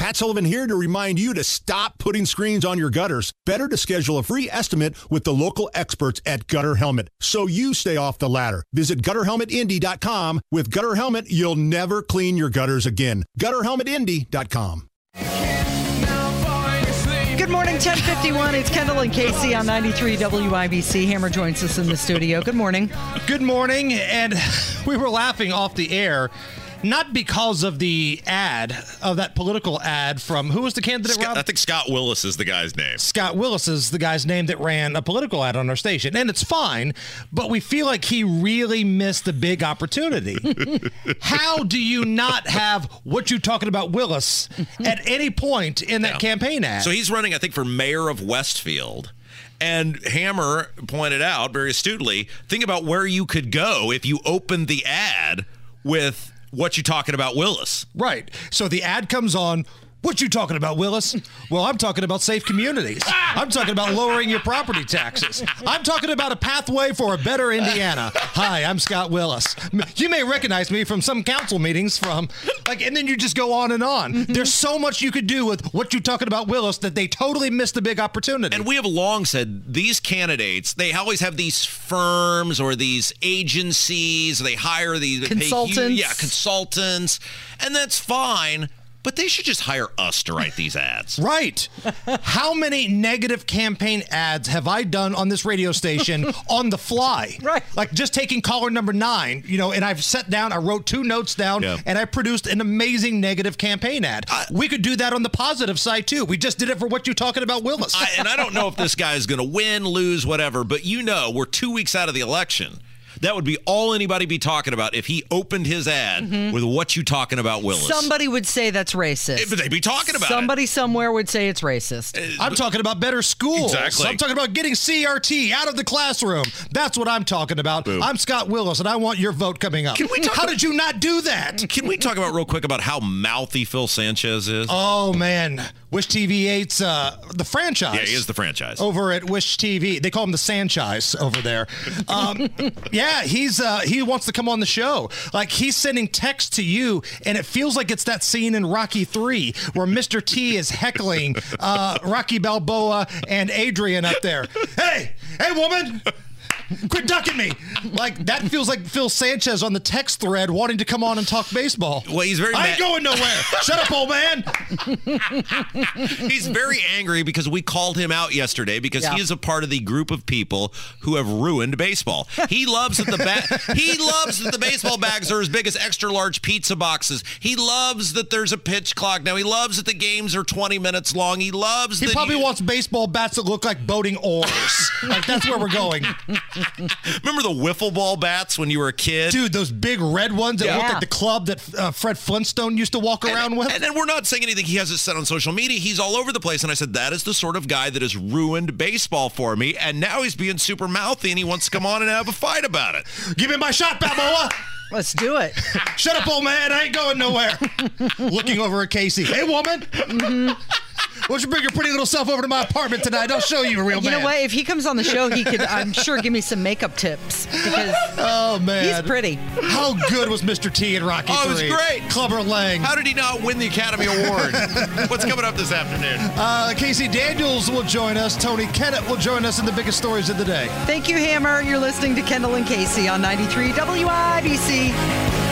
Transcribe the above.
Matt Sullivan here to remind you to stop putting screens on your gutters. Better to schedule a free estimate with the local experts at Gutter Helmet so you stay off the ladder. Visit gutterhelmetindy.com. With Gutter Helmet, you'll never clean your gutters again. Gutterhelmetindy.com. Good morning, 1051. It's Kendall and Casey on 93 WIBC. Hammer joins us in the studio. Good morning. Good morning, and we were laughing off the air, not because of the ad of that political ad from who was the candidate? Scott, Rob? I think Scott Willis is the guy's name. Scott Willis is the guy's name that ran a political ad on our station, and it's fine, but we feel like he really missed the big opportunity. How do you not have what you talking about Willis at any point in that Yeah. campaign ad? So he's running, I think, for mayor of Westfield. And Hammer pointed out very astutely think about where you could go if you opened the ad with what you talking about, Willis. Right. So the ad comes on. What you talking about, Willis? Well, I'm talking about safe communities. I'm talking about lowering your property taxes. I'm talking about a pathway for a better Indiana. Hi, I'm Scott Willis. M- You may recognize me from some council meetings from like and then you just go on and on. There's so much you could do with what you talking about, Willis, that they totally missed the big opportunity. And we have long said these candidates, they always have these firms or these agencies, they hire these they pay huge- Consultants. yeah, consultants. And that's fine, but they should just hire us to write these ads. Right. How many negative campaign ads have I done on this radio station on the fly? Right. Like just taking caller number nine, you know, and I've set down, I wrote two notes down, Yeah. and I produced an amazing negative campaign ad. we could do that on the positive side too. We just did it for what you talking about, Willis. I, and I don't know if this guy is going to win, lose, whatever, but you know, we're two weeks out of the election. That would be all anybody be talking about if he opened his ad with what you talking about, Willis. Mm-hmm. Somebody would say that's racist. But they'd be talking about it. Uh, Somebody somewhere would say it's racist. I'm talking about better schools. Exactly. I'm talking about getting CRT out of the classroom. That's what I'm talking about. I'm Scott Willis, and I want your vote coming up. How did you not do that? Can we talk about real quick about how mouthy Phil Sanchez is? Oh man, Wish TV 8's uh, the franchise. yeah, he is the franchise. over at Wish TV. They call him the Sanchez over there. Um, yeah, he's uh, he wants to come on the show. Like he's sending texts to you, and it feels like it's that scene in Rocky Three where Mr. T is heckling uh, Rocky Balboa and Adrian up there. Hey, hey, woman. Quit ducking me! Like that feels like Phil Sanchez on the text thread wanting to come on and talk baseball. Well, he's very I ain't mad- going nowhere. Shut up, old man. He's very angry because we called him out yesterday because Yeah. he is a part of the group of people who have ruined baseball. He loves that the ba- he loves that the baseball bags are as big as extra large pizza boxes. He loves that there's a pitch clock now. He loves that the games are 20 minutes long. He loves He that probably you- wants baseball bats that look like boating oars. like that's where we're going, Remember the wiffle ball bats when you were a kid? dude. Those big red ones that Yeah. looked like the club that uh, Fred Flintstone used to walk around with. And then we're not saying anything he hasn't said on social media. He's all over the place. And I said, that is the sort of guy that has ruined baseball for me. And now he's being super mouthy and he wants to come on and have a fight about it. Give me my shot, Balboa. Let's do it. Shut up, old man. I ain't going nowhere. Looking over at Casey. Hey, woman. Why don't you bring your pretty little self over to my apartment tonight? I'll show you a real You man. know what? If he comes on the show, he could, I'm sure, give me some makeup tips because Oh man, he's pretty. How good was Mr. T in Rocky? Oh, it was III? great. Clubber Lang. How did he not win the Academy Award? What's coming up this afternoon? Uh, Casey Daniels will join us. Tony Kennett will join us in the biggest stories of the day. Thank you, Hammer. You're listening to Kendall and Casey on 93 WIBC.